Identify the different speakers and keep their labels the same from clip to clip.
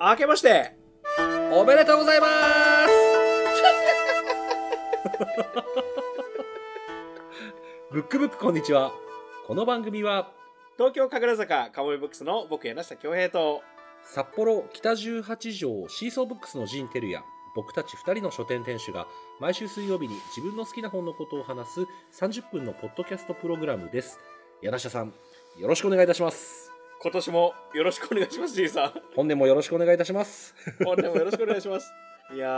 Speaker 1: 明けましておめでとうございます ブックブックこんにちはこの番組は
Speaker 2: 東京神楽坂カモメブックスの僕柳下恭平と
Speaker 1: 札幌北18条シーソーブックスのジン・テルや僕たち2人の書店店主が毎週水曜日に自分の好きな本のことを話す30分のポッドキャストプログラムです柳下さんよろしくお願いいたします
Speaker 2: 今年もよろしくお願いしますじいさ
Speaker 1: 本年もよろしくお願いいたします、
Speaker 2: ん本年もよろしくお願いしますいや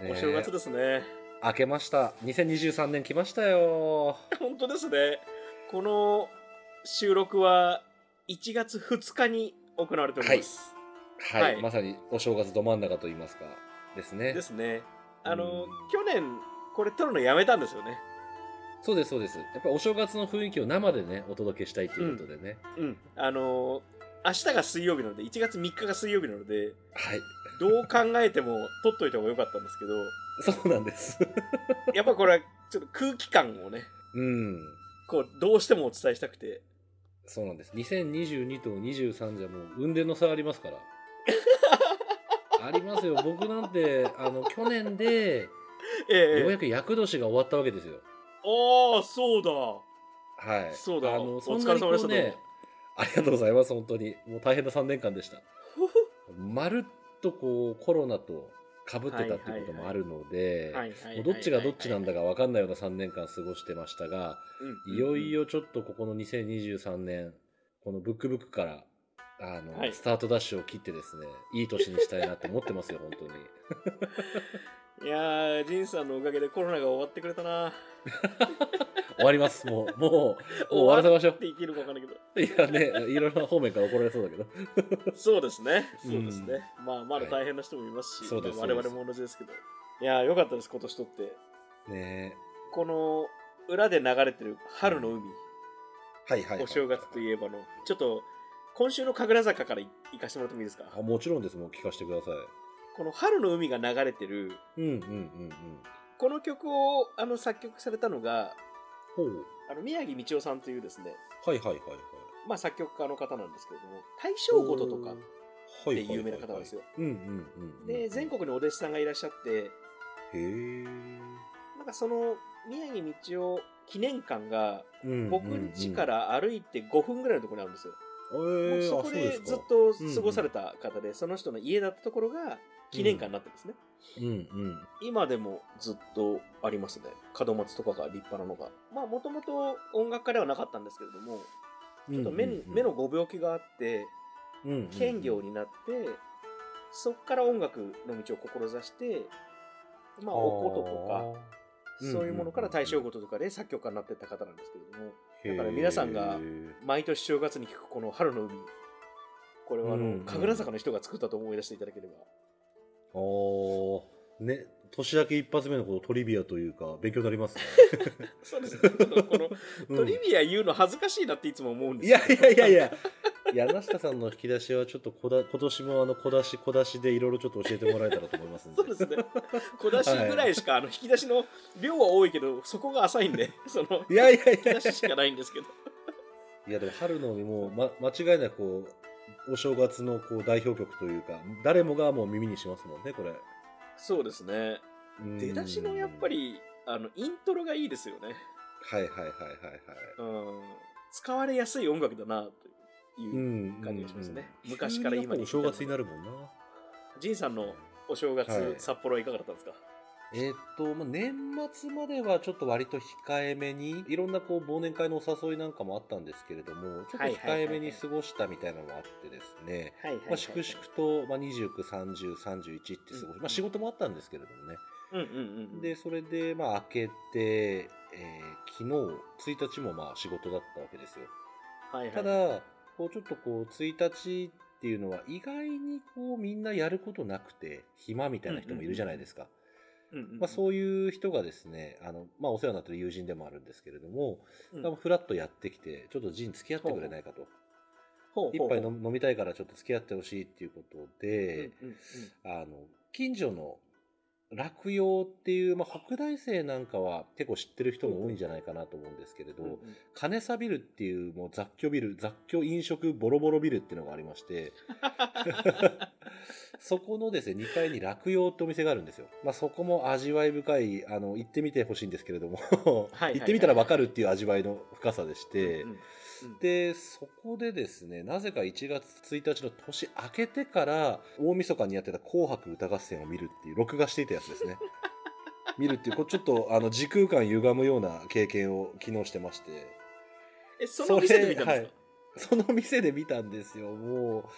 Speaker 2: ー、
Speaker 1: ねえ
Speaker 2: お正月ですね
Speaker 1: 明けました2023年来ましたよ
Speaker 2: 本当ですねこの収録は1月2日に行われております、
Speaker 1: はい、
Speaker 2: はい
Speaker 1: まさにお正月ど真ん中と言いますかですね
Speaker 2: ですねあの、
Speaker 1: うん
Speaker 2: 去年これ撮るのやめたんですよね
Speaker 1: そうですそうですやっぱりお正月の雰囲気を生でねお届けしたいということでね、
Speaker 2: うんあの明日が水曜日なので1月3日が水曜日なので
Speaker 1: はい
Speaker 2: どう考えても撮っといた方が良かったんですけど
Speaker 1: そうなんです
Speaker 2: やっぱこれはちょっと空気感をね
Speaker 1: うん
Speaker 2: こうどうしてもお伝えしたくて
Speaker 1: そうなんです2022と23じゃもう運転の差ありま すからありますよ僕なんてあの去年でよう
Speaker 2: え
Speaker 1: やく厄年が終わったわけですよ
Speaker 2: ああそうだ
Speaker 1: はい
Speaker 2: そうだ
Speaker 1: あ
Speaker 2: お
Speaker 1: のそん
Speaker 2: 疲
Speaker 1: な
Speaker 2: れ
Speaker 1: にこ
Speaker 2: 様でした
Speaker 1: うねありがとうございます本当にもう大変な3年間でしたまるっとこうコロナと被ってたっていうこともあるので、
Speaker 2: はい
Speaker 1: もうどっちがどっちなんだか分かんないような3年間過ごしてましたが、いよい
Speaker 2: よ
Speaker 1: よちょっとここの2023年、このブックブックから、あの、
Speaker 2: はい
Speaker 1: スタートダッシュを切ってですね、いい年にしたいなって思ってますよ、本当に。
Speaker 2: いやージンさんのおかげでコロナが終わってくれたな
Speaker 1: 終わります、もう、もう、もう終わらせましょ
Speaker 2: って生きるか分かんないけど
Speaker 1: う。いやね、いろんな方面から怒られそうだけど。
Speaker 2: そうですねそうですね、まあまだ大変な人もいますし、
Speaker 1: はいそうです
Speaker 2: まあ我々も同じですけどいやーよかったです今年とって
Speaker 1: ね
Speaker 2: この裏で流れてる春の海、
Speaker 1: はいはい、
Speaker 2: お正月と
Speaker 1: う。
Speaker 2: いえばのちょっと今週の神楽坂からい行かしてもらってもいいですか
Speaker 1: あもちろんです、もう聞かせてください。
Speaker 2: この春の海が流れてる
Speaker 1: うんうんうんうん。
Speaker 2: この曲をあの作曲されたのが
Speaker 1: ほう。
Speaker 2: あの宮城道夫さんというですね、
Speaker 1: はいはいはいはい。
Speaker 2: まあ、作曲家の方なんですけれども大正琴とかっ
Speaker 1: は
Speaker 2: て有名な方なんです
Speaker 1: よ。
Speaker 2: よ
Speaker 1: うんうんうんうん。
Speaker 2: で全。国にお弟子さんがいらっしゃって
Speaker 1: へえ。
Speaker 2: なんかその宮城道夫記念館が
Speaker 1: うん
Speaker 2: 僕
Speaker 1: うんうん
Speaker 2: ん家か。ら歩いて5分ぐらいのところにあるんですよ、
Speaker 1: えー、
Speaker 2: もうそ
Speaker 1: あ
Speaker 2: こ
Speaker 1: うで
Speaker 2: です
Speaker 1: か
Speaker 2: ずっと過ごされた方で、その人の家だったところが記念館になってるんですね、
Speaker 1: うんうん。
Speaker 2: 今でもずっとありますね門松とかが立派なのがまあもともと音楽家ではなかったんですけれどもちょっと目,、目のご病気があって兼業になって、そっから音楽の道を志してまあお琴とか
Speaker 1: うん
Speaker 2: そういうものから大正琴とかで作曲家になってった方なんですけれども
Speaker 1: と
Speaker 2: だから皆さんが毎年正月に聴くこの「春の海」これはあ
Speaker 1: うんう
Speaker 2: の
Speaker 1: ん
Speaker 2: 神楽坂の人が作ったと思い出していただければ
Speaker 1: おね年明け一発目のこのトリビアというか勉強になり ますね
Speaker 2: そうです ねちょっとこの
Speaker 1: うん
Speaker 2: トリビア言うの恥ずかしいなっていつも思うんで
Speaker 1: い
Speaker 2: すよ
Speaker 1: やいやいやいや柳下さんの引き出しはちょっとこだ今年もあの小出し小出しでいろいろちょっと教えてもらえたらと思いますんで
Speaker 2: そうですね小出しぐらいしか、あの引き出しの量は多いけどそこが浅いんでその
Speaker 1: いやいやいや
Speaker 2: 引き出ししかないんですけど
Speaker 1: いやでも春の海も、ま、間違いなくこうお正月のこう代表曲というか誰もがもう耳にしますもんねこれ
Speaker 2: そうですね
Speaker 1: うん
Speaker 2: 出だしのやっぱりあのイントロがいいですよね、
Speaker 1: はいはいはいはいはい
Speaker 2: うん、使われやすい音楽だなといううん感じがしますね、
Speaker 1: うんうん
Speaker 2: 昔から今に
Speaker 1: 急にやっぱお正月になるもんな
Speaker 2: 仁さんのお正月、
Speaker 1: はい
Speaker 2: 札幌はいかがだったんですか
Speaker 1: えーっと、まあ、年末まではちょっと割と控えめに、いろんなこう忘年会のお誘いなんかもあったんですけれども、ちょっと控えめに過ごしたみたいなのもあってですね、
Speaker 2: はいは
Speaker 1: まあ、粛々と、まあ、29、30、31って過ご
Speaker 2: う
Speaker 1: し、
Speaker 2: ん
Speaker 1: まあ、仕事もあったんですけれどもね。
Speaker 2: うんうんうん
Speaker 1: で、それで、まあ、明けて、えー昨日、1日もまあ仕事だったわけですよ。
Speaker 2: はいはい
Speaker 1: ただ、こうちょっとこう、1日っていうのは意外にこう、みんなやることなくて、暇みたいな人もいるじゃないですか。
Speaker 2: うんうんうん
Speaker 1: まあ、そういう人がですね、あの、まあ、お世話になってる友人でもあるんですけれども、
Speaker 2: うん
Speaker 1: まあふらっとやってきて、ちょっとジン付き合ってくれないかと。
Speaker 2: ほう
Speaker 1: 一
Speaker 2: ほうほう
Speaker 1: 杯飲み飲みたいからちょっと付き合ってほしいっていうこと
Speaker 2: うん
Speaker 1: で、
Speaker 2: うんうん
Speaker 1: あの、近所の落葉っていう、まあ、北大生なんかは結構知ってる人も多いんじゃないかなと思うんですけれど、
Speaker 2: うんうん
Speaker 1: 金サビルっていうもう雑居ビル雑居飲食ボロボロビルっていうのがありまして そこのですね2階に落葉ってお店があるんですよ、まあ、そこも味わい深いあの行ってみてほしいんですけれども
Speaker 2: はいはい
Speaker 1: 行ってみたら分かるっていう味わいの深さでして、
Speaker 2: うんうん
Speaker 1: でそこでですねなぜか1月1日の年明けてから大晦日にやってた「紅白歌合戦」を見るっていう録画していたやつで すね見るっていうこうちょっとあの時空間歪むような経験を昨日してまして
Speaker 2: えその店で見たんですか、
Speaker 1: その店で見たんですよも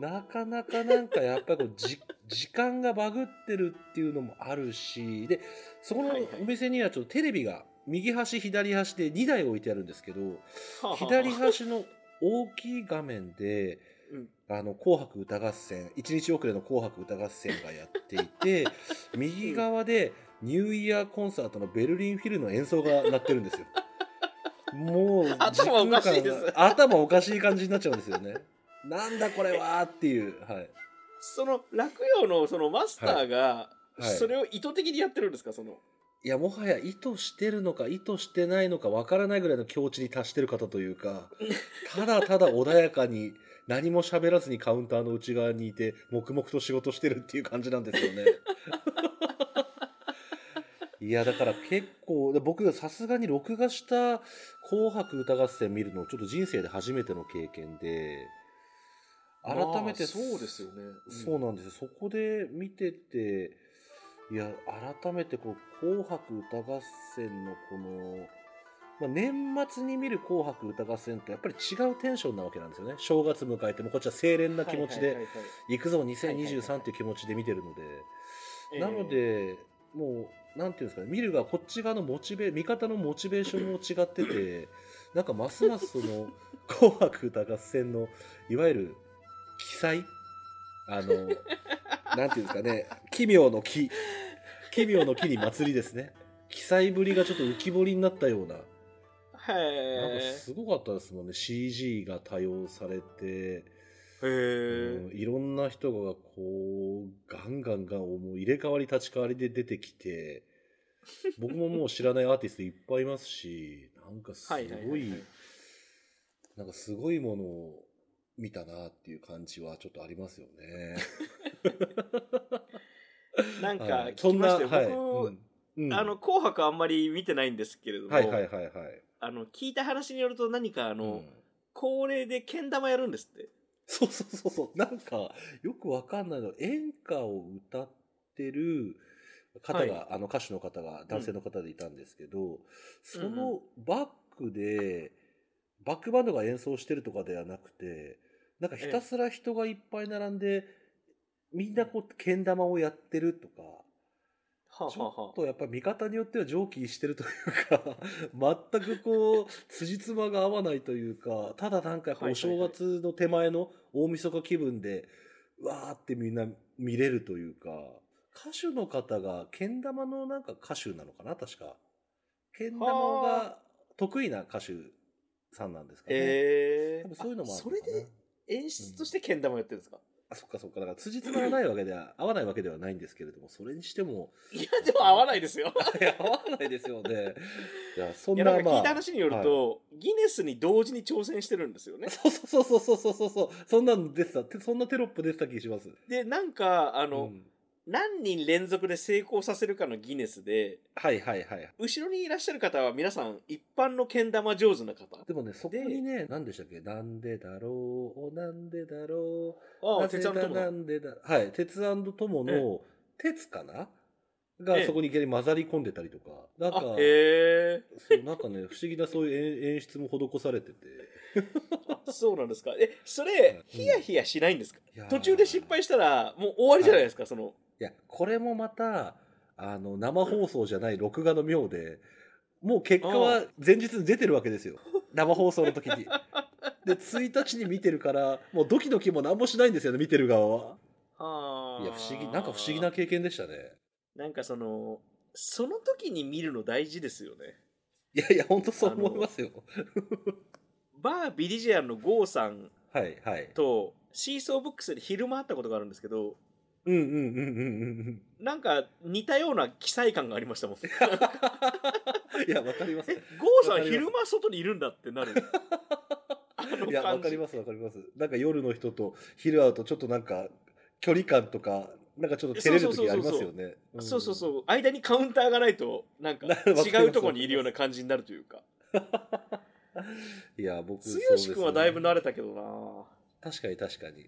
Speaker 1: うなかなかなんかやっぱりこうじ時間がバグってるっていうのもあるしでそこの
Speaker 2: はいはい
Speaker 1: お店にはちょっとテレビが右端左端で2台置いてあるんですけど、
Speaker 2: はあはあ
Speaker 1: 左端の大きい画面で
Speaker 2: うん
Speaker 1: 「あの紅白歌合戦」1日遅れの「紅白歌合戦」がやってい て右側でニューイヤーコンサートのベルリンフィルの演奏が鳴ってるんですよ。も う
Speaker 2: 頭おかしいです
Speaker 1: 時空間が頭おかしい感じになっちゃうんですよね。なんだこれはっていう、はい、
Speaker 2: その落葉のそのマスターが、
Speaker 1: いはい
Speaker 2: それを意図的にやってるんですかその
Speaker 1: いやもはや意図してるのか意図してないのかわからないぐらいの境地に達してる方というか ただただ穏やかに何も喋らずにカウンターの内側にいて黙々と仕事してるっていう感じなんですよね。 いやだから結構で僕がさすがに録画した「紅白歌合戦」見るのちょっと人生で初めての経験で改め
Speaker 2: ま
Speaker 1: て
Speaker 2: あそうですよね、
Speaker 1: そう
Speaker 2: う
Speaker 1: なんですよ、そこで見てて、いや、改めてこう、紅白歌合戦のこの、まあ、年末に見る紅白歌合戦とやっぱり違うテンションなわけなんですよね。正月迎えて、もうこっちは清廉な気持ちで、行くぞ
Speaker 2: はいはいは
Speaker 1: 2023
Speaker 2: い
Speaker 1: っていう気持ちで見てるので、なので、もう、なんていうんですかね、見るがこっち側のモチベ、味方のモチベーションも違ってて、 なんかますますその、紅白歌合戦の、いわゆる、記載あの、なんていうんですかね、奇妙の木、奇妙の木に祭りですね。記載ぶりがちょっと浮き彫りになったような、
Speaker 2: はいはいはい
Speaker 1: なん
Speaker 2: はい
Speaker 1: か
Speaker 2: へ
Speaker 1: すごかったですもんね、CG が多用されて、
Speaker 2: えへ
Speaker 1: うん
Speaker 2: え
Speaker 1: いろんな人がこうガンガンガンもう入れ替わり立ち替わりで出て きて僕ももう知らないアーティストいっぱいいますしなんかす
Speaker 2: はいはい
Speaker 1: ご
Speaker 2: はいいはい
Speaker 1: なんかすごいものを見たなっていう感じはちょっとありますよね。
Speaker 2: なんか
Speaker 1: はい
Speaker 2: 聞きましたよ、
Speaker 1: そんなはい
Speaker 2: 僕、
Speaker 1: うんうん
Speaker 2: あの紅白あんまり見てないんですけれども、
Speaker 1: はいはいはいはい。
Speaker 2: あの聞いた話によると何かあ
Speaker 1: あ
Speaker 2: の、恒例でけん玉やるんですって
Speaker 1: そうそうそうそう。なんか、よくわかんないの。演歌を歌ってる方が、
Speaker 2: は
Speaker 1: あの歌手の方が、男性の方でいたんですけど、そ
Speaker 2: うんう
Speaker 1: のバックで、バックバンドが演奏してるとかではなくて、なんかひたすら人がいっぱい並んで、みんなこう、けん玉をやってるとか、
Speaker 2: はあ
Speaker 1: ち
Speaker 2: はあ
Speaker 1: ょ
Speaker 2: は
Speaker 1: っとやっぱ見方によっては常軌してるというか 全くこう辻褄が合わないというかただなんかやっぱお正月の手前の大晦日気分でうわーってみんな見れるというか歌手の方がけん玉のなんか歌手なのかな確かけん玉が
Speaker 2: は
Speaker 1: 得意な歌手さんなんですかね、
Speaker 2: え
Speaker 1: 多分そういうのもある
Speaker 2: そ
Speaker 1: のか
Speaker 2: れ
Speaker 1: な
Speaker 2: で演出としてけん玉やってるんですか、
Speaker 1: あそっかそっかだから辻褄がないわけでは合わないわけではないんですけれどもそれにしても
Speaker 2: いやでも合わないですよ
Speaker 1: いや合わないですよねいやそん
Speaker 2: いや
Speaker 1: な
Speaker 2: なんか
Speaker 1: ま
Speaker 2: 聞
Speaker 1: あ
Speaker 2: いた話によると、ギネスに同時に挑戦してるんですよね。
Speaker 1: そうそうそうそうそうそうそうそんなの出てたてそんなテロップ出てた気します
Speaker 2: でなんかあ
Speaker 1: あ
Speaker 2: の、何人連続で成功させるかのギネスで
Speaker 1: はいはいはい
Speaker 2: 後ろにいらっしゃる方は皆さん一般のけん玉上手な方。
Speaker 1: でもねそこにね何でしたっけなんでだろうおなんでだろう
Speaker 2: あ
Speaker 1: な
Speaker 2: あ
Speaker 1: ぜ
Speaker 2: 鉄腕
Speaker 1: だ
Speaker 2: の友
Speaker 1: な
Speaker 2: だ。
Speaker 1: んでだはい鉄トモ
Speaker 2: え
Speaker 1: の鉄かなが
Speaker 2: ええ
Speaker 1: そこにいきなり混ざり込んでたりとかなんか
Speaker 2: あへえ
Speaker 1: そうなんかね不思議なそういう演演出も施されてて
Speaker 2: そうなんですか。えそれ
Speaker 1: うん
Speaker 2: ヒヤヒヤしないんですか、
Speaker 1: いやー
Speaker 2: 途中で失敗したらもう終わりじゃないですか、その。
Speaker 1: いや、これもまた、あの、生放送じゃない録画の妙で、もう結果
Speaker 2: あ
Speaker 1: は
Speaker 2: あ
Speaker 1: 前日に出てるわけですよ。生放送の時に。で、1日に見てるから、もうドキドキも何もしないんですよね、見てる側は。
Speaker 2: あ
Speaker 1: い
Speaker 2: ー
Speaker 1: や、不思議、なんか不思議な経験でしたね。
Speaker 2: なんかそのその時に見るの大事ですよね。
Speaker 1: いやいや、本当そう思いますよ。
Speaker 2: バービリジアンのゴーさん
Speaker 1: はい、はい。
Speaker 2: とシーソーブックスで昼間会ったことがあるんですけど
Speaker 1: うんうんうんうんうん
Speaker 2: なんか似たような記載感がありました もん
Speaker 1: いや、わかります
Speaker 2: え。ゴーさん昼間外にいるんだってな るあの
Speaker 1: いや、わ
Speaker 2: 感
Speaker 1: か
Speaker 2: じ
Speaker 1: りますわかります。なんか夜の人と昼会うとちょっとなんか距離感とか、なんかちょっと照れる時ありますよね。
Speaker 2: そうそう
Speaker 1: う
Speaker 2: そう間にカウンターがないとなんか
Speaker 1: なるわかります
Speaker 2: 違うところにいるような感じになるというか
Speaker 1: ん。いや、僕、そうです
Speaker 2: 剛君はだいぶ慣れたけどな
Speaker 1: 確かに確かに。うん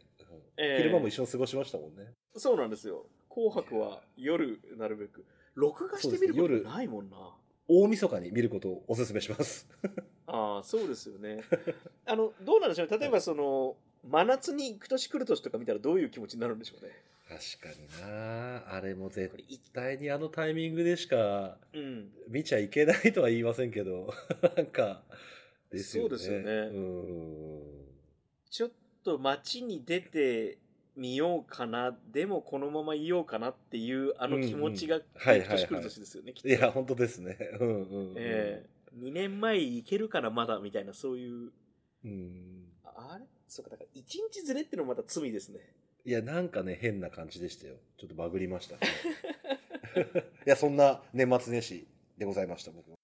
Speaker 2: ええ
Speaker 1: 昼間も一緒に過ごしましたもんね。
Speaker 2: そうなんですよ紅白は夜なるべく録画してみる
Speaker 1: そうです
Speaker 2: こと
Speaker 1: ね
Speaker 2: ないもんな
Speaker 1: 大晦日に見ることをお勧めします。
Speaker 2: ああそうですよねあのどうなんでしょうね例えばその真夏に行く年来る年とか見たらどういう気持ちになるんでしょうね
Speaker 1: 確かになあれも絶対にあのタイミングでしか
Speaker 2: うん
Speaker 1: 見ちゃいけないとは言いませんけど、 なんか、ですよね。
Speaker 2: そうですよね
Speaker 1: うん。
Speaker 2: ちょっと街に出てみようかなでもこのままいようかなっていうあの気持ちが
Speaker 1: うんうんはい
Speaker 2: 行く年来る年ですよね、きっと
Speaker 1: いや、本当ですね。うんうん、うん。
Speaker 2: ええ2年前行けるからまだみたいなそういう
Speaker 1: うん。
Speaker 2: あれそうかだから1日ずれってのもまた罪ですね
Speaker 1: いや、なんかね、変な感じでしたよ。ちょっとバグりま した。いや、そんな年末年始でございました、僕は。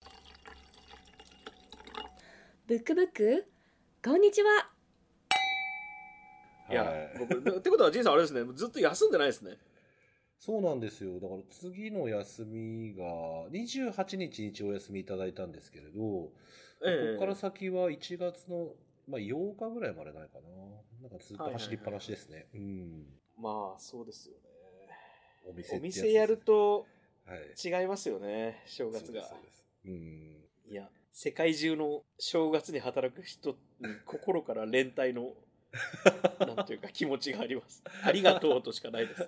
Speaker 3: ブックブックこんにちは。
Speaker 2: いや、
Speaker 1: は
Speaker 2: 僕ってことは仁さんあれですねずっと休んでないですね
Speaker 1: そうなんですよ。だから次の休みが、28日に一応お休みいただいたんですけれど、
Speaker 2: ええ
Speaker 1: ここから先は1月の、まあ、8日ぐらいまでないかな。なんかずっと走りっぱなしですね。うん。
Speaker 2: まあそうですよね
Speaker 1: お店
Speaker 2: お
Speaker 1: ってつ
Speaker 2: 店やると
Speaker 1: はい。
Speaker 2: 違いますよね正月が
Speaker 1: そうですそうですうん。
Speaker 2: いや世界中の正月に働く人に心から連帯 のなんていうか気持ちがありますありがとうとしかないです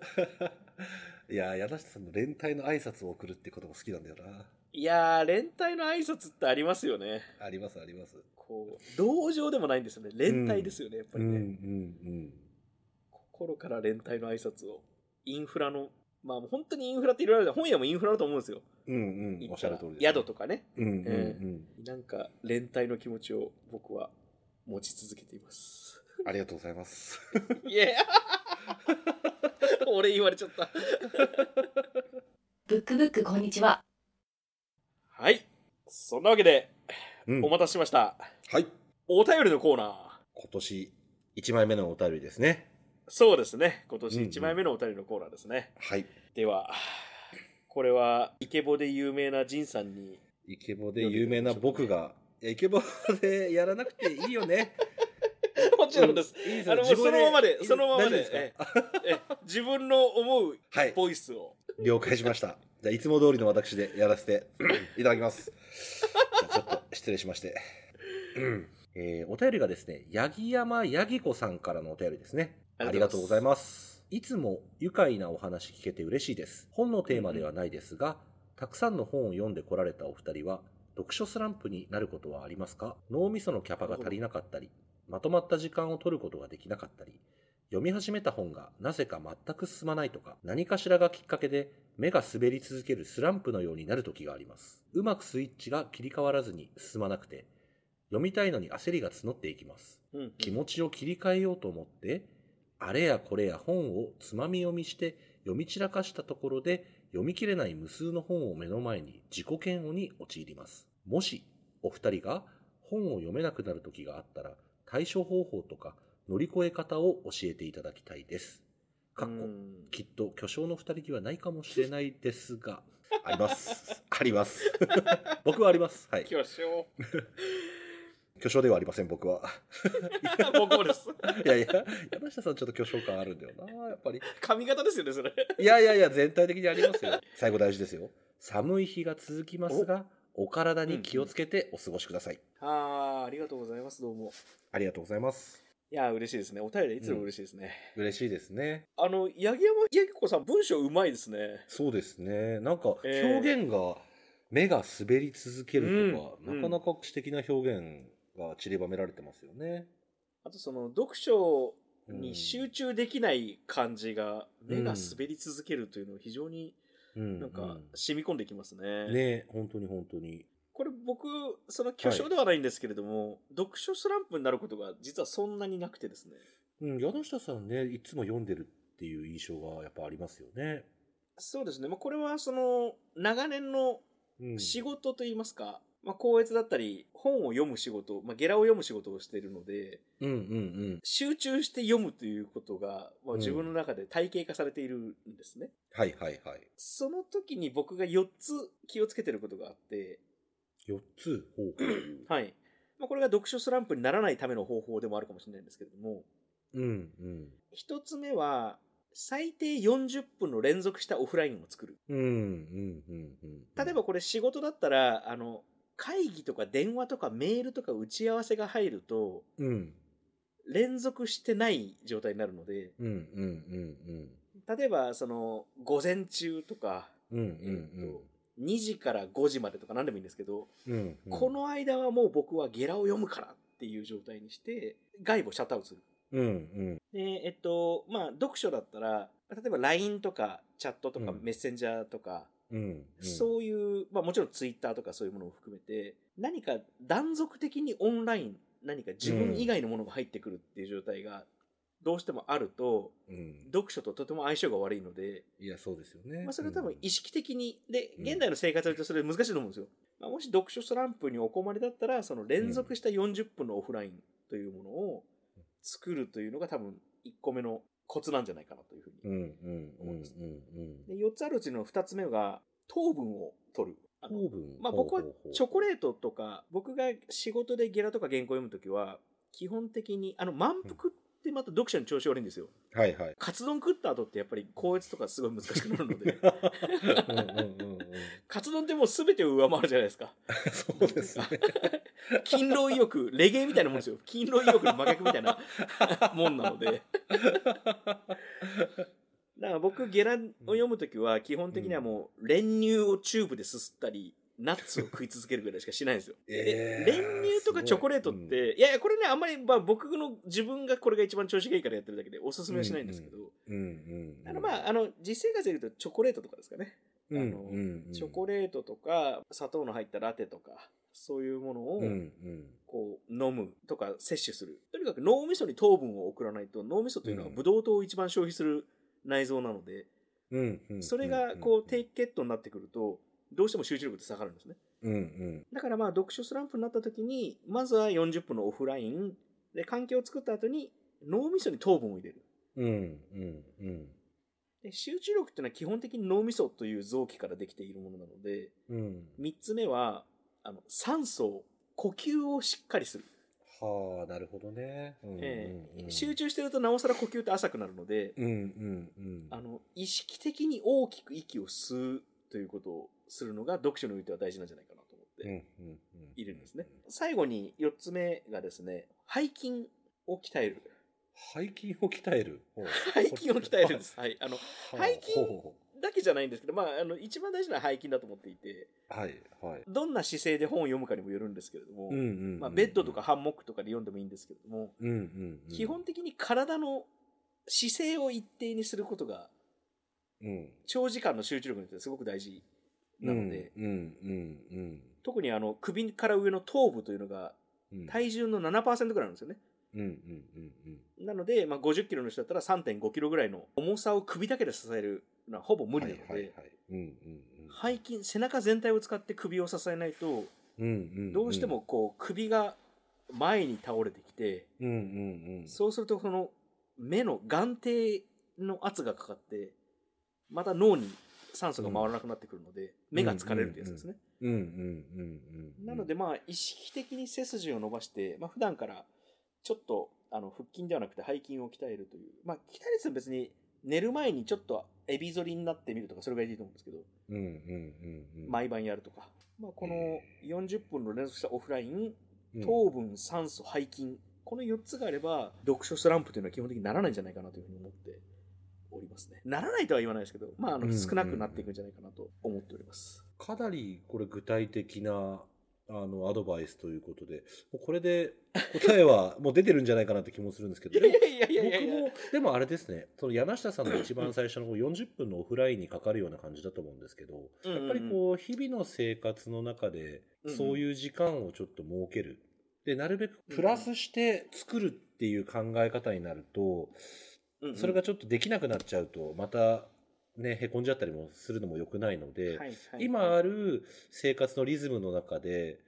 Speaker 1: いやー、柳下さんの連帯の挨拶を送るってことも好きなんだよな。
Speaker 2: いやー連帯の挨拶ってありますよね
Speaker 1: あります、あります。
Speaker 2: こう同情でもないんですよね連帯ですよね、やっぱりね、
Speaker 1: ん、
Speaker 2: 心から連帯の挨拶をインフラのまあ本当にインフラっていろいろある本屋もインフラだと思うんですよ
Speaker 1: うん。うんうん、
Speaker 2: 行
Speaker 1: お
Speaker 2: っ
Speaker 1: っしたゃる
Speaker 2: ら
Speaker 1: 通りです。
Speaker 2: 宿とかね
Speaker 1: うんうんうん、
Speaker 2: なんか連帯の気持ちを僕は持ち続けています。
Speaker 1: ありがとうござい ます。
Speaker 2: いや俺言われちゃった。
Speaker 3: ブックブックこんにちは。
Speaker 2: はい。そんなわけで、
Speaker 1: うん
Speaker 2: お待たせしました。
Speaker 1: はい。
Speaker 2: お便りのコーナー。
Speaker 1: 今年1枚目のお便りですね。
Speaker 2: そうですね。今年
Speaker 1: うんうん
Speaker 2: 1枚目のお便りのコーナーですね。
Speaker 1: はい。
Speaker 2: では、これはイケボで有名なジンさんに、
Speaker 1: イケボで有名な僕が、いやイケボでやらなくていい よね。
Speaker 2: もちろんです。
Speaker 1: うん。いいです
Speaker 2: あの
Speaker 1: 自分
Speaker 2: そのままで
Speaker 1: いいす
Speaker 2: そのままで
Speaker 1: 大丈夫すか
Speaker 2: ええ自分の思う
Speaker 1: はい。
Speaker 2: ボイスを。
Speaker 1: 了解しました。じゃあ、いつも通りの私でやらせて いただきます。じゃあちょっと失礼しまして。うんえーお便りがですね、八木山八木子さんからのお便りですね。 ありがとうございます。いつも愉快なお話聞けて嬉しいです。本のテーマではないですが、たくさんの本を読んでこられたお二人は、読書スランプになることはありますか脳みそのキャパが足りなかったり、まとまった時間を取ることができなかったり、読み始めた本がなぜか全く進まないとか、何かしらがきっかけで目が滑り続けるスランプのようになる時があります。うまくスイッチが切り替わらずに進まなくて、読みたいのに焦りが募っていきます。
Speaker 2: うんうん
Speaker 1: 気持ちを切り替えようと思って、あれやこれや本をつまみ読みして読み散らかしたところで読み切れない無数の本を目の前に自己嫌悪に陥ります。もしお二人が本を読めなくなる時があったら対処方法とか乗り越え方を教えていただきたいです。かっこ
Speaker 2: うん
Speaker 1: きっと巨匠の二人にはないかもしれないです が、あります。あります。僕はあります。はい。
Speaker 2: 巨匠。
Speaker 1: 巨匠ではありません、僕は。
Speaker 2: 僕もです。
Speaker 1: いやいや、山下さんちょっと巨匠感あるんだよな、やっぱり。
Speaker 2: 髪型ですよね、それ。
Speaker 1: いやいやいや、全体的にありますよ。最後大事ですよ。寒い日が続きますが、お体に気をつけてお過ごしください。
Speaker 2: ああ、ありがとうございます、どうも。
Speaker 1: ありがとうございます。
Speaker 2: いやー、嬉しいですね。お便りいつも嬉しいですね。
Speaker 1: 嬉しいですね。
Speaker 2: あの、八木山八木子さん、文章うまいですね。
Speaker 1: そうですね。なんか、表
Speaker 2: えー
Speaker 1: 現が、目が滑り続けるとか、
Speaker 2: うん
Speaker 1: なかなか詩的な表現が散りばめられてますよね。
Speaker 2: あと、その、読書
Speaker 1: うん
Speaker 2: に集中できない感じが、目が
Speaker 1: うん
Speaker 2: 滑り続けるというのを非常に
Speaker 1: うん
Speaker 2: なんか、
Speaker 1: う
Speaker 2: 染み込んできますね。
Speaker 1: んね本当に本当に。
Speaker 2: これ、僕、その、巨匠ではないんですけれども、読書スランプになることが、実はそんなになくてですね。
Speaker 1: うん、柳下さんね、いつも読んでるっていう印象がやっぱありますよね。
Speaker 2: そうですね。まあ、これはその、長年の
Speaker 1: うん、
Speaker 2: 仕事といいますか、まあ、高閲だったり、本を読む仕事、まあ、ゲラを読む仕事をしているので、
Speaker 1: うんうんうん。
Speaker 2: 集中して読むということが、まあ、
Speaker 1: うん
Speaker 2: 自分の中で体系化されているんですね。
Speaker 1: はいはいはい。
Speaker 2: その時に僕が4つ気をつけてることがあって、
Speaker 1: 4つ方法。
Speaker 2: はい。まあ、これが読書スランプにならないための方法でもあるかもしれないんですけれども、
Speaker 1: うんうん。
Speaker 2: 1つ目は、最低40分の連続したオフラインを作る。
Speaker 1: うんうんうんうん。
Speaker 2: 例えばこれ仕事だったら、あの、会議とか電話とかメールとか打ち合わせが入ると、
Speaker 1: うん
Speaker 2: 連続してない状態になるので、
Speaker 1: うんうんうん
Speaker 2: 例えば、その、午前中とか、
Speaker 1: うん。うんうん
Speaker 2: 2時から5時までとか何でもいいんですけど、
Speaker 1: うん。うんうん
Speaker 2: こ、の間はもう僕はゲラを読むからっていう状態にして、外部をシャットアウトする。
Speaker 1: うんうん
Speaker 2: で、えっと、まあ、読書だったら、例えば LINE とか、チャットとか、
Speaker 1: うん
Speaker 2: メッセンジャーとか、
Speaker 1: うんうん。
Speaker 2: そういう、まあもちろん Twitter とかそういうものを含めて、何か断続的にオンライン、何か自分以外のものが入ってくるっていう状態が、どうしてもあると、
Speaker 1: うん。
Speaker 2: 読書ととても相性が悪いので、
Speaker 1: いや、そうですよね。
Speaker 2: まあ、それは多分意
Speaker 1: 識。
Speaker 2: 識的に、で、
Speaker 1: うん
Speaker 2: 現代の生活だとそれ難しいと思うんですよ。まあ、もし読書スランプにお困りだったら、その連続した40分のオフラインというものを作るというのが多分1個目のコツなんじゃないかなというふう
Speaker 1: う
Speaker 2: に。
Speaker 1: んうんうんうんうん。
Speaker 2: で、4つあるうちの2つ目が、糖分を取る。あの
Speaker 1: 糖分。
Speaker 2: まあ、僕は
Speaker 1: ほうほうほう
Speaker 2: チョコレートとか、僕が仕事でゲラとか原稿を読むときは、基本的に、あの、満腹ってまた読者の調子悪いんですよ。
Speaker 1: はいはい。
Speaker 2: カツ丼食った後ってやっぱり高熱とかすごい難しくなるの で。
Speaker 1: うんうんうんうん。
Speaker 2: カツ丼ってもう全てを上回るじゃないですか。
Speaker 1: そうですね。
Speaker 2: 勤労意欲、レゲエみたいなもんです よ。勤労意欲の真逆みたいなもんなので。だから僕、ゲラを読むときは、基本的にはもう、練乳をチューブですすったり、ナッツを食い続けるぐらいしかしないんですよ。
Speaker 1: え
Speaker 2: で
Speaker 1: ー
Speaker 2: 練乳とかチョコレートっ
Speaker 1: すご
Speaker 2: て、いやいや、これね、あんまり、まあ、僕の自分がこれが一番調子がいいからやってるだけで、おすすめはしないんですけど、
Speaker 1: うんうんうん。
Speaker 2: あの、まあ、あの、実生活で言うと、チョコレートとかですかね。
Speaker 1: うんうんうん、
Speaker 2: チョコレートとか、砂糖の入ったラテとか、そういうものを、
Speaker 1: うんうん。
Speaker 2: こう、飲むとか摂取する。とにかく脳みそに糖分を送らないと、脳みそというのは
Speaker 1: うん
Speaker 2: ブドウ糖を一番消費する内臓なので、
Speaker 1: うんうんうんうん。
Speaker 2: それがこう低血糖になってくると、どうしても集中力って下がるんですね。
Speaker 1: うんうん
Speaker 2: だからまあ、読書スランプになった時に、まずは40分のオフライン、で、環境を作った後に、脳みそに糖分を入れる。
Speaker 1: うんうんうん
Speaker 2: で集中力っていうのは基本的に脳みそという臓器からできているものなので、
Speaker 1: うん。
Speaker 2: 3つ目は、あの、酸素を、呼吸をしっかりする。
Speaker 1: はあ、なるほどね。うんうんうん
Speaker 2: ええ集中してるとなおさら呼吸って浅くなるので、
Speaker 1: うんうんうん。
Speaker 2: あの、意識的に大きく息を吸うということをするのが読書においては大事なんじゃないかなと思
Speaker 1: うん
Speaker 2: って
Speaker 1: うんうん
Speaker 2: いるんですね。最後に4つ目がです ね、背筋を鍛える。
Speaker 1: 背筋を鍛える。ほう
Speaker 2: 背筋を鍛えるんで。す。はい。あの、
Speaker 1: はあ
Speaker 2: 背筋
Speaker 1: ほ
Speaker 2: だけじゃないんですけど、まあ、あの、一番大事なのは背筋だと思っていて、
Speaker 1: うはいはい。
Speaker 2: どんな姿勢で本を読むかにもよるんですけれども、
Speaker 1: うんうんうん
Speaker 2: まあ、ベッドとか。ハンモックとかで読んでもいいんですけれども、
Speaker 1: うんうんうん。
Speaker 2: 基本的に体の姿勢を一定にすることが
Speaker 1: うん。
Speaker 2: 長時間の集中力にとってすごく大事なので、
Speaker 1: うんうんうん
Speaker 2: 特にあの首から上の頭部というのが
Speaker 1: うん。
Speaker 2: 体重の7%ぐらいなんですよね。
Speaker 1: うんうんうんうん。
Speaker 2: なので、まあ、50キロの人だったら3.5キロぐらいの重さを首だけで支えるのはほぼ無理なので、
Speaker 1: はいはいはい。うんうん
Speaker 2: 背筋、背中全体を使って首を支えないと、
Speaker 1: うん。うんうんん
Speaker 2: どうしてもこう首が前に倒れてきて、
Speaker 1: うんうんうん。
Speaker 2: そうするとその目の眼底の圧がかかって、また脳に酸素が回らなくなってくるので、目が疲れるってやつですね。
Speaker 1: うんうんうんうん。
Speaker 2: なので、まあ意識的に背筋を伸ばして、まあ普段からちょっとあの腹筋ではなくて背筋を鍛えるという。まあ鍛えるって別に寝る前にちょっとエビ反りになってみるとかそれがいいと思うんですけど、
Speaker 1: うんうんうんうん。
Speaker 2: 毎晩やるとか。まあこの40分の連続したオフライン、
Speaker 1: うん
Speaker 2: 糖分、酸素、背筋。この4つがあれば、読書スランプというのは基本的にならないんじゃないかなというふうに思っておりますね。ならないとは言わないですけど、まあ、あ
Speaker 1: う
Speaker 2: の、
Speaker 1: ん
Speaker 2: 少なくなっていくんじゃないかなと思っております。
Speaker 1: かなりこれ具体的なあのアドバイスということで、もうこれで答 えはもう出てるんじゃないかなって気もするんですけど、でも
Speaker 2: いやい
Speaker 1: 僕もでもあれですね、その柳下さんの一番最初 のこう40分のオフラインにかかるような感じだと思うんですけど、
Speaker 2: や
Speaker 1: やっぱりこう日々の生活の中で
Speaker 2: うんうん
Speaker 1: そういう時間をちょっと設ける。で、なるべくプラスして作るっていう考え方になると、
Speaker 2: うんうん
Speaker 1: それがちょっとできなくなっちゃうとまたねへこんじゃったりもするのも良くないので、
Speaker 2: はいはい
Speaker 1: 今ある生活のリズムの中で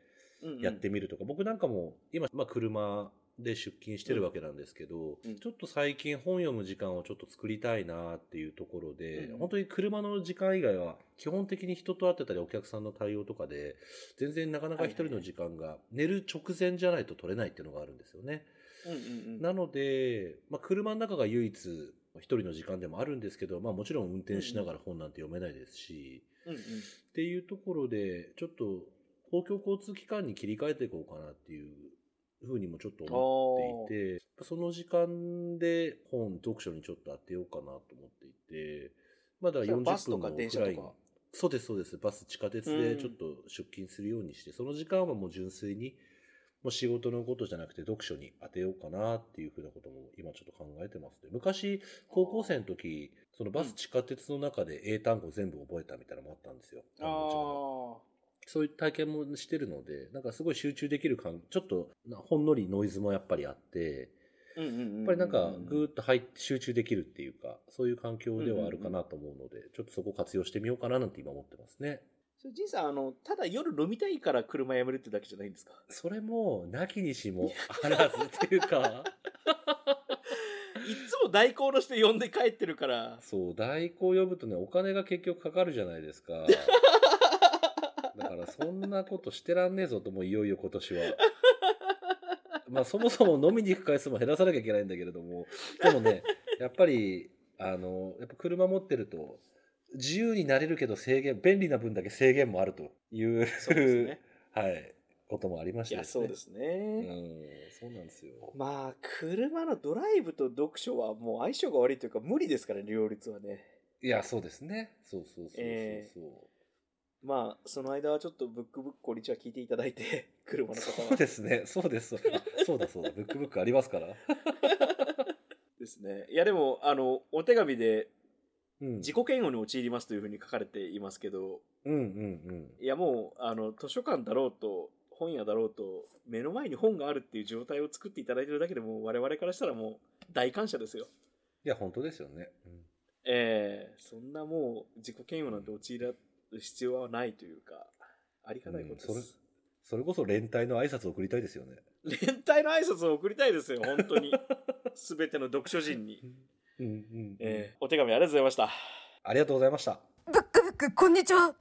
Speaker 2: うんうん
Speaker 1: やってみるとか、僕なんかも今、まあ、車で出勤してるわけなんですけど、
Speaker 2: うん
Speaker 1: ちょっと最近本読む時間をちょっと作りたいなっていうところで、
Speaker 2: うん
Speaker 1: 本当に車の時間以外は基本的に人と会ってたりお客さんの対応とかで全然なかなか一人の時間が寝る直前じゃないと取れないっていうのがあるんですよね。
Speaker 2: うんうんうん
Speaker 1: なので、まあ、車の中が唯一一人の時間でもあるんですけど、まあ、もちろん運転しながら本なんて読めないですし、
Speaker 2: うんうん
Speaker 1: っていうところでちょっと公共交通機関に切り替えていこうかなっていうふうにもちょっと思っていてその時間で本読書にちょっと当てようかなと思っていてまだ
Speaker 2: それはバス
Speaker 1: 40
Speaker 2: と
Speaker 1: 分
Speaker 2: か
Speaker 1: の
Speaker 2: 電車
Speaker 1: くらい
Speaker 2: とか
Speaker 1: そうですそうですバス地下鉄でちょっと出勤するようにして、その時間はもう純粋にもう仕事のことじゃなくて読書に当てようかなっていうふうなことも今ちょっと考えてますね昔高校生の時そのバス地下鉄の中で英単語全部覚えたみたいなのもあったんですよ。
Speaker 2: ああ
Speaker 1: そういう体験もしてるので、なんかすごい集中できる感、ちょっとなほんのりノイズもやっぱりあって、
Speaker 2: うんうんうん
Speaker 1: やっぱりなんかぐーっと入って集中できるっていうか、そういう環境ではあるかなと思うので、ちょっとそこ活用してみようかななんて今思ってますね。
Speaker 2: それ仁さんあのただ夜飲みたいから車やめるってだけじゃないんですか
Speaker 1: それも、なきにしもあらずっていうか、
Speaker 2: いっつも代行の人呼んで帰ってるから
Speaker 1: そう、代行呼ぶとね、お金が結局かかるじゃないですか。 だからそんなことしてらんねえぞともういよいよ今年は。まあそもそも飲みに行く回数も減らさなきゃいけないんだけれども、でもね、やっぱり、あの、やっぱ車持ってると、自由になれるけど制限、便利な分だけ制限もあるという、
Speaker 2: そうです ね
Speaker 1: はい、こともありまし
Speaker 2: い
Speaker 1: た
Speaker 2: やそうですす
Speaker 1: ね。う
Speaker 2: ね、
Speaker 1: ん、そうなんですよ。
Speaker 2: まあ車のドライブと読書はもう相性が悪いというか無理ですからね両立はね
Speaker 1: いや、そうですね。そうそうそうそうそう。
Speaker 2: えまあその間はちょっとブックブックこんにちは聞いていただいて 車の方は
Speaker 1: そうですね、そうです、そうあそうだそうだ、ブックブックありますから。
Speaker 2: ですねいやでもあのお手紙で
Speaker 1: うん、
Speaker 2: 自己嫌悪に陥りますというふうに書かれていますけど
Speaker 1: うんうん
Speaker 2: いやもうあの図書館だろうと本屋だろうと目の前に本があるっていう状態を作っていただいてるだけでもう我々からしたらもう大感謝ですよ
Speaker 1: いや、本当ですよね。うん
Speaker 2: ええそんなもう自己嫌悪なんて陥る必要はないというかありがたいこと
Speaker 1: うん
Speaker 2: です、
Speaker 1: それこそ連帯の挨拶を送りたいですよね。
Speaker 2: 連帯の挨拶を送りたいですよ本当に 全ての読書人に、
Speaker 1: うんうん
Speaker 2: ええお手紙ありがとうございました
Speaker 1: ありがとうございました。
Speaker 3: ブックブックこんにちは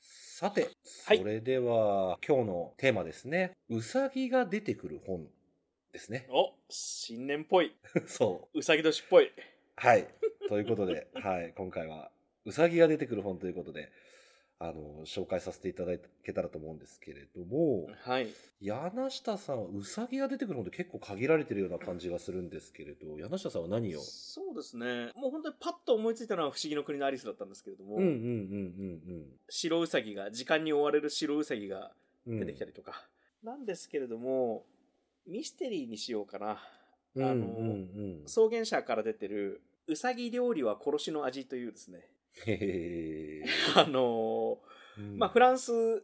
Speaker 1: さて、
Speaker 2: はい。
Speaker 1: それでは今日のテーマですね。うさぎが出てくる本ですね
Speaker 2: お新年っぽい
Speaker 1: そう。
Speaker 2: うさぎ年っぽい
Speaker 1: はい。ということで、はい、今回はうさぎが出てくる本ということで、あの、紹介させていただけたらと思うんですけれども、
Speaker 2: はい
Speaker 1: 柳下さんはウサギが出てくるので結構限られてるような感じがするんですけれど柳下さんは何を
Speaker 2: そうですねもう本当にパッと思いついたのは「不思議の国のアリス」だったんですけれども、
Speaker 1: うんうんうん
Speaker 2: 白ウサギが時間に追われる白ウサギが
Speaker 1: うんうん
Speaker 2: 出てきたりとか、なんですけれどもミステリーにしようかな
Speaker 1: うん
Speaker 2: あの
Speaker 1: うんうん
Speaker 2: 草原社から出てる「うさぎ料理は殺しの味」というですね
Speaker 1: へへへ
Speaker 2: あのーまあフ
Speaker 1: ラ
Speaker 2: ランス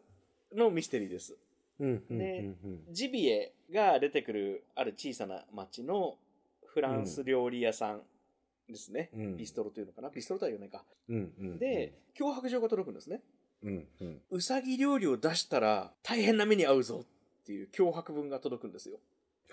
Speaker 2: のミステリーです
Speaker 1: うんうんうん
Speaker 2: ね
Speaker 1: うん
Speaker 2: ジビエが出てくるある小さな町のフランス料理屋さんですね、
Speaker 1: うん
Speaker 2: ビストロというのかなビストロとは言わないか
Speaker 1: うんうん
Speaker 2: で脅迫状が届くんですね
Speaker 1: うんうん
Speaker 2: うさぎ料理を出したら大変な目に遭うぞっていう脅迫文が届くんですよ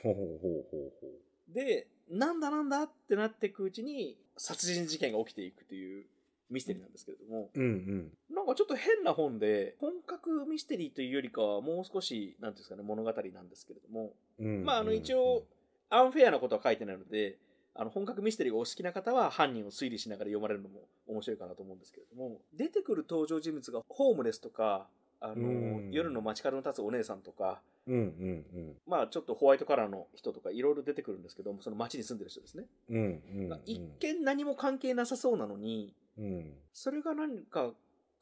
Speaker 1: ほうほうほうほうほう
Speaker 2: でなんだなんだってなっていくうちに殺人事件が起きていくというミステリーなんですけれども、
Speaker 1: うんうん
Speaker 2: なんかちょっと変な本で本格ミステリーというよりかはもう少しなんていうんですかね物語なんですけれども
Speaker 1: うん
Speaker 2: まああの
Speaker 1: うん
Speaker 2: 一応アンフェアなことは書いてないのであの本格ミステリーがお好きな方は犯人を推理しながら読まれるのも面白いかなと思うんですけれども出てくる登場人物がホームレスとかあ
Speaker 1: う
Speaker 2: の
Speaker 1: ん
Speaker 2: 夜の街角に立つお姉さんとか
Speaker 1: うんうん
Speaker 2: まあちょっとホワイトカラーの人とかいろいろ出てくるんですけどもその街に住んでる人ですね、
Speaker 1: うんうんうん
Speaker 2: 一見何も関係なさそうなのに
Speaker 1: うん
Speaker 2: それが何か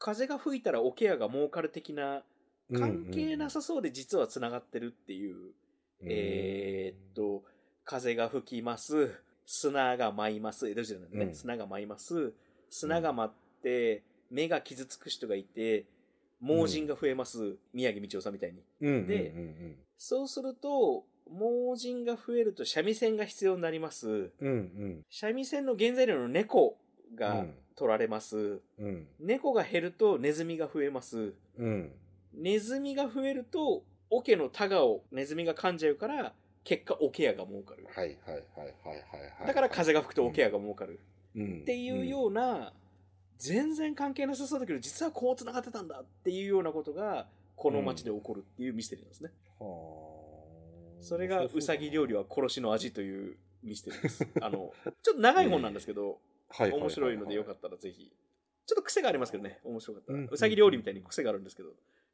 Speaker 2: 風が吹いたら桶屋が儲かる的な関係なさそうで実はつながってるっていう、
Speaker 1: うん
Speaker 2: えーっと風が吹きます砂が舞います江戸時代なんでね、
Speaker 1: うん
Speaker 2: 砂が舞います砂が舞って目が傷つく人がいて盲人が増えます、宮城道夫さんみたいに
Speaker 1: うんうんうん
Speaker 2: でそうすると盲人が増えると三味線が必要になります。
Speaker 1: うん
Speaker 2: 三味線の原材料の猫
Speaker 1: う
Speaker 2: が
Speaker 1: ん
Speaker 2: 取られます。
Speaker 1: うんうん
Speaker 2: 猫が減るとネズミが増えます。
Speaker 1: うん
Speaker 2: ネズミが増えると、桶のタガをネズミが噛んじゃうから、結果桶屋が儲かる。
Speaker 1: はいはいはいはいはいはい
Speaker 2: だから風が吹くと桶屋が儲かる。
Speaker 1: っ
Speaker 2: っていうような、全然関係なさそうだけど、実はこう繋がってたんだっていうようなことが、この町で起こるっていうミステリーなんですね。
Speaker 1: はあ
Speaker 2: それがうさぎ料理は殺しの味というミステリー です。あの、ちょっと長い本なんですけど、
Speaker 1: はいははは
Speaker 2: 面白いのでよかったらぜひ。ちょっと癖がありますけどね、面白かったら。
Speaker 1: うん
Speaker 2: うさぎ料理みたいに癖があるんですけど、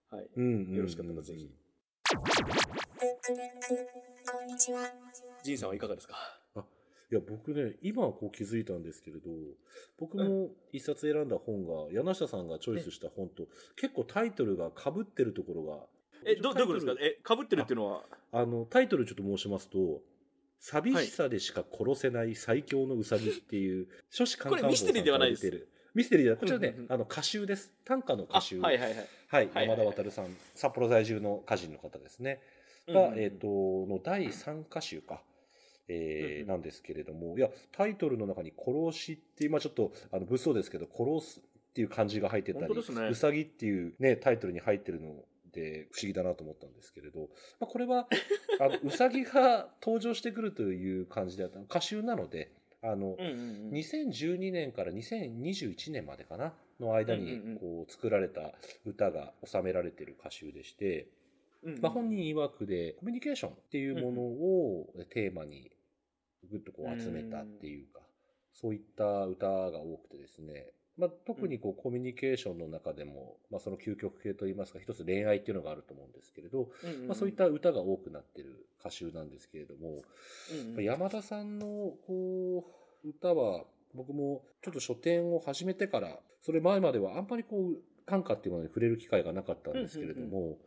Speaker 2: はい。
Speaker 1: うんうんうん
Speaker 2: よろしかったらぜひ。ジンさんはいかがですか
Speaker 1: いや僕ね今こう気づいたんですけれど僕も一冊選んだ本が柳下さんがチョイスした本と結構タイトルが被ってるところが
Speaker 2: え、どどういうことですか
Speaker 1: タイトル
Speaker 2: え、かぶってるっていうのは、
Speaker 1: あのタイトルちょっと申しますと「寂しさでしか殺せない最強のウサギ」っていう書士官官
Speaker 2: これミステリーではないです
Speaker 1: るミステリーではこちらね、
Speaker 2: うんうんうん
Speaker 1: あの歌集です短歌の
Speaker 2: あ
Speaker 1: 歌集、
Speaker 2: はいはいはい。
Speaker 1: はい
Speaker 2: はい
Speaker 1: 山田渉さん、札幌在住の歌人の方ですね、
Speaker 2: うん
Speaker 1: が
Speaker 2: う、んうん
Speaker 1: えー、との第3歌集か、えー
Speaker 2: うんうん
Speaker 1: なんですけれどもいやタイトルの中に「殺し」って今ちょっとあの物騒ですけど「殺す」っていう漢字が入ってた
Speaker 2: 本
Speaker 1: り
Speaker 2: 当ですね
Speaker 1: うさぎ」っていう、ね、タイトルに入ってるので不思議だなと思ったんですけれど、まあ、こ れはあのうさぎが登場してくるという感じであった歌集なのであの、
Speaker 2: うんうんうん。
Speaker 1: 2012年から2021年までかなの間
Speaker 2: うんうんう
Speaker 1: に
Speaker 2: ん
Speaker 1: こう作られた歌が収められている歌集でして、
Speaker 2: うんうん
Speaker 1: まあ、本人曰くでコミュニケーションっていうものをテーマにぐっとこう集めたっていうか、そういった歌が多くてですね、まあ、特にこうコミュニケーションの中でも、まあ、その究極系といいますか一つ恋愛っていうのがあると思うんですけれど、
Speaker 2: うんうんうん
Speaker 1: まあ、そういっ、た歌が多くなってる歌集なんですけれども、
Speaker 2: うんうん
Speaker 1: 山田さんのこう歌は僕もちょっと書店を始めてからそれ前まではあんまりこう短歌っていうものに触れる機会がなかったんですけれども、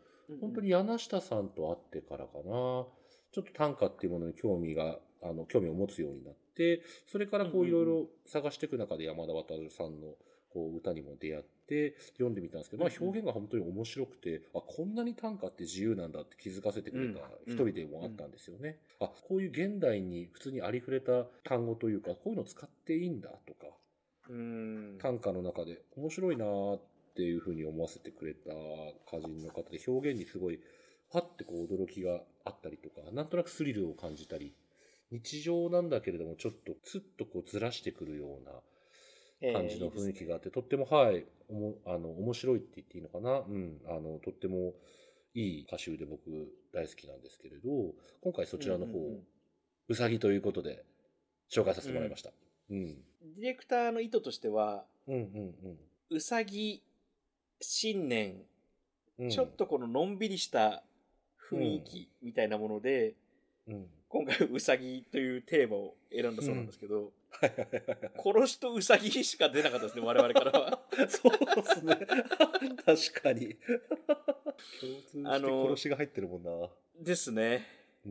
Speaker 1: 本当に柳下さんと会ってからかなちょっと短歌っていうものに興味があの興味を持つようになってそれからこ
Speaker 2: うん
Speaker 1: う
Speaker 2: うん
Speaker 1: いろいろ探していく中で山田渉さんのこう歌にも出会って読んでみたんですけど、まあ、
Speaker 2: うんうん
Speaker 1: 表現が本当に面白くてあこんなに短歌って自由なんだって気づかせてくれた
Speaker 2: うん
Speaker 1: 一人でもあったんですよね。あこういう現代に普通にありふれた単語というかこういうのを使っていいんだとか
Speaker 2: うん
Speaker 1: 短歌の中で面白いなーっていうふうに思わせてくれた歌人の方で表現にすごいパッてこう驚きがあったりとかなんとなくスリルを感じたり日常なんだけれどもちょっとツッとこうずらしてくるような感じの雰囲気があって、とってもはいおもあの面白いって言っていいのかな、うん、あのとってもいい歌集で僕大好きなんですけれど今回そちらの方、
Speaker 2: う
Speaker 1: う
Speaker 2: んうんうん
Speaker 1: さぎということで紹介させてもらいました。うん、
Speaker 2: ディレクターの意図としては、
Speaker 1: うん、うん、うん
Speaker 2: うさぎ、新年、
Speaker 1: うん
Speaker 2: ちょっとこののんびりした雰囲気みたいなもので、
Speaker 1: うん
Speaker 2: 今回うさぎというテーマを選んだそうなんですけど、
Speaker 1: はいはいはいはい
Speaker 2: 殺しとうさぎしか出なかったですね、我々から は。
Speaker 1: そうですね。確かに。共
Speaker 2: あ
Speaker 1: 通して
Speaker 2: の
Speaker 1: 殺しが入ってるもんな。
Speaker 2: ですね。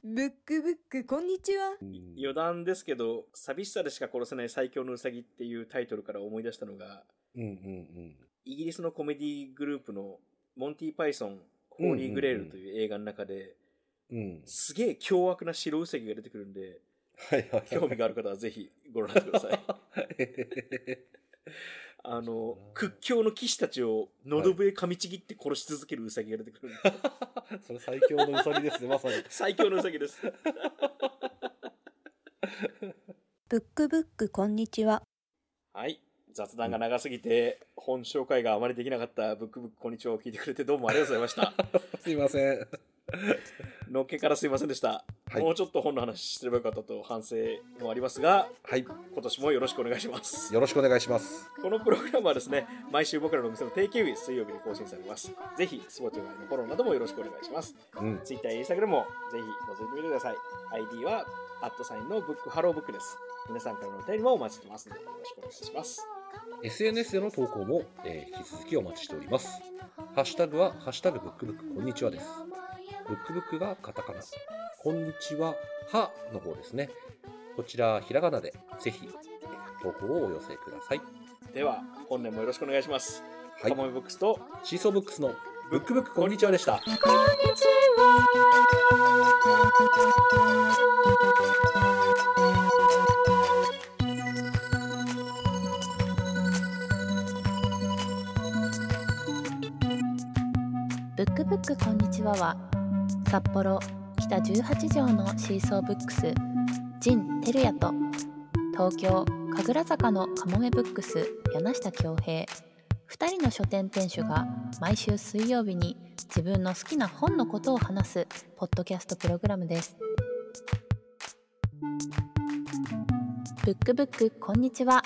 Speaker 3: ブックブックこんにちは
Speaker 2: 余談ですけど、寂しさでしか殺せない最強のうさぎっていうタイトルから思い出したのが、
Speaker 1: うんうん
Speaker 2: イギリスのコメディグループのモンティ・パイソン、ホーリー・グレールという映画の中で、
Speaker 1: うん。 うん。
Speaker 2: すげえ凶悪な白ウサギが出てくるん で、
Speaker 1: はいはい。
Speaker 2: 興味がある方はぜひご覧になってくだ さい。あの、屈強の騎士たちを喉笛噛みちぎって殺し続けるウサギが出てくるんで、
Speaker 1: それ最強のウサギですね、まさに。
Speaker 2: 最強のウサギです。
Speaker 3: ブックブックこんにちは
Speaker 2: はい。雑談が長すぎて、本紹介があまりできなかったブックブックこんにちはを聞いてくれてどうもありがとうございました。
Speaker 1: すいません。
Speaker 2: のっけからすいませんでした。
Speaker 1: はい
Speaker 2: もうちょっと本の話すればよかったと反省もありますが、
Speaker 1: はい。
Speaker 2: 今年もよろしくお願いします。
Speaker 1: よろしくお願いします。
Speaker 2: このプログラムはですね、毎週僕らのお店の定休日、水曜日に更新されます。ぜひ、スポーツのフォローなどもよろしくお願いします。
Speaker 1: うん。
Speaker 2: Twitter や Instagram もぜひ覗いてみてください。ID は、アットサインのブックハローブックです。皆さんからのお便りもお待ちしてますので、よろしくお願いします。
Speaker 1: SNS での投稿も、えー引き続きお待ちしております。ハッシュタグは、ハッシュタグブックブックこんにちはです。ブックブックがカタカナ。こんにちは、はの方ですね。こちら、ひらがなで、ぜひ、えー投稿をお寄せください。
Speaker 2: では、本年もよろしくお願いします。
Speaker 1: は
Speaker 2: カ
Speaker 1: い
Speaker 2: モメブックスと
Speaker 1: シーソーブックスのブックブックこんにちはでした。
Speaker 4: ブックブックこんにちはは札幌北18条のシーソーブックス陣てるやと東京神楽坂のかもめブックス柳下恭平2人の書店店主が毎週水曜日に自分の好きな本のことを話すポッドキャストプログラムです。ブックブックこんにちは。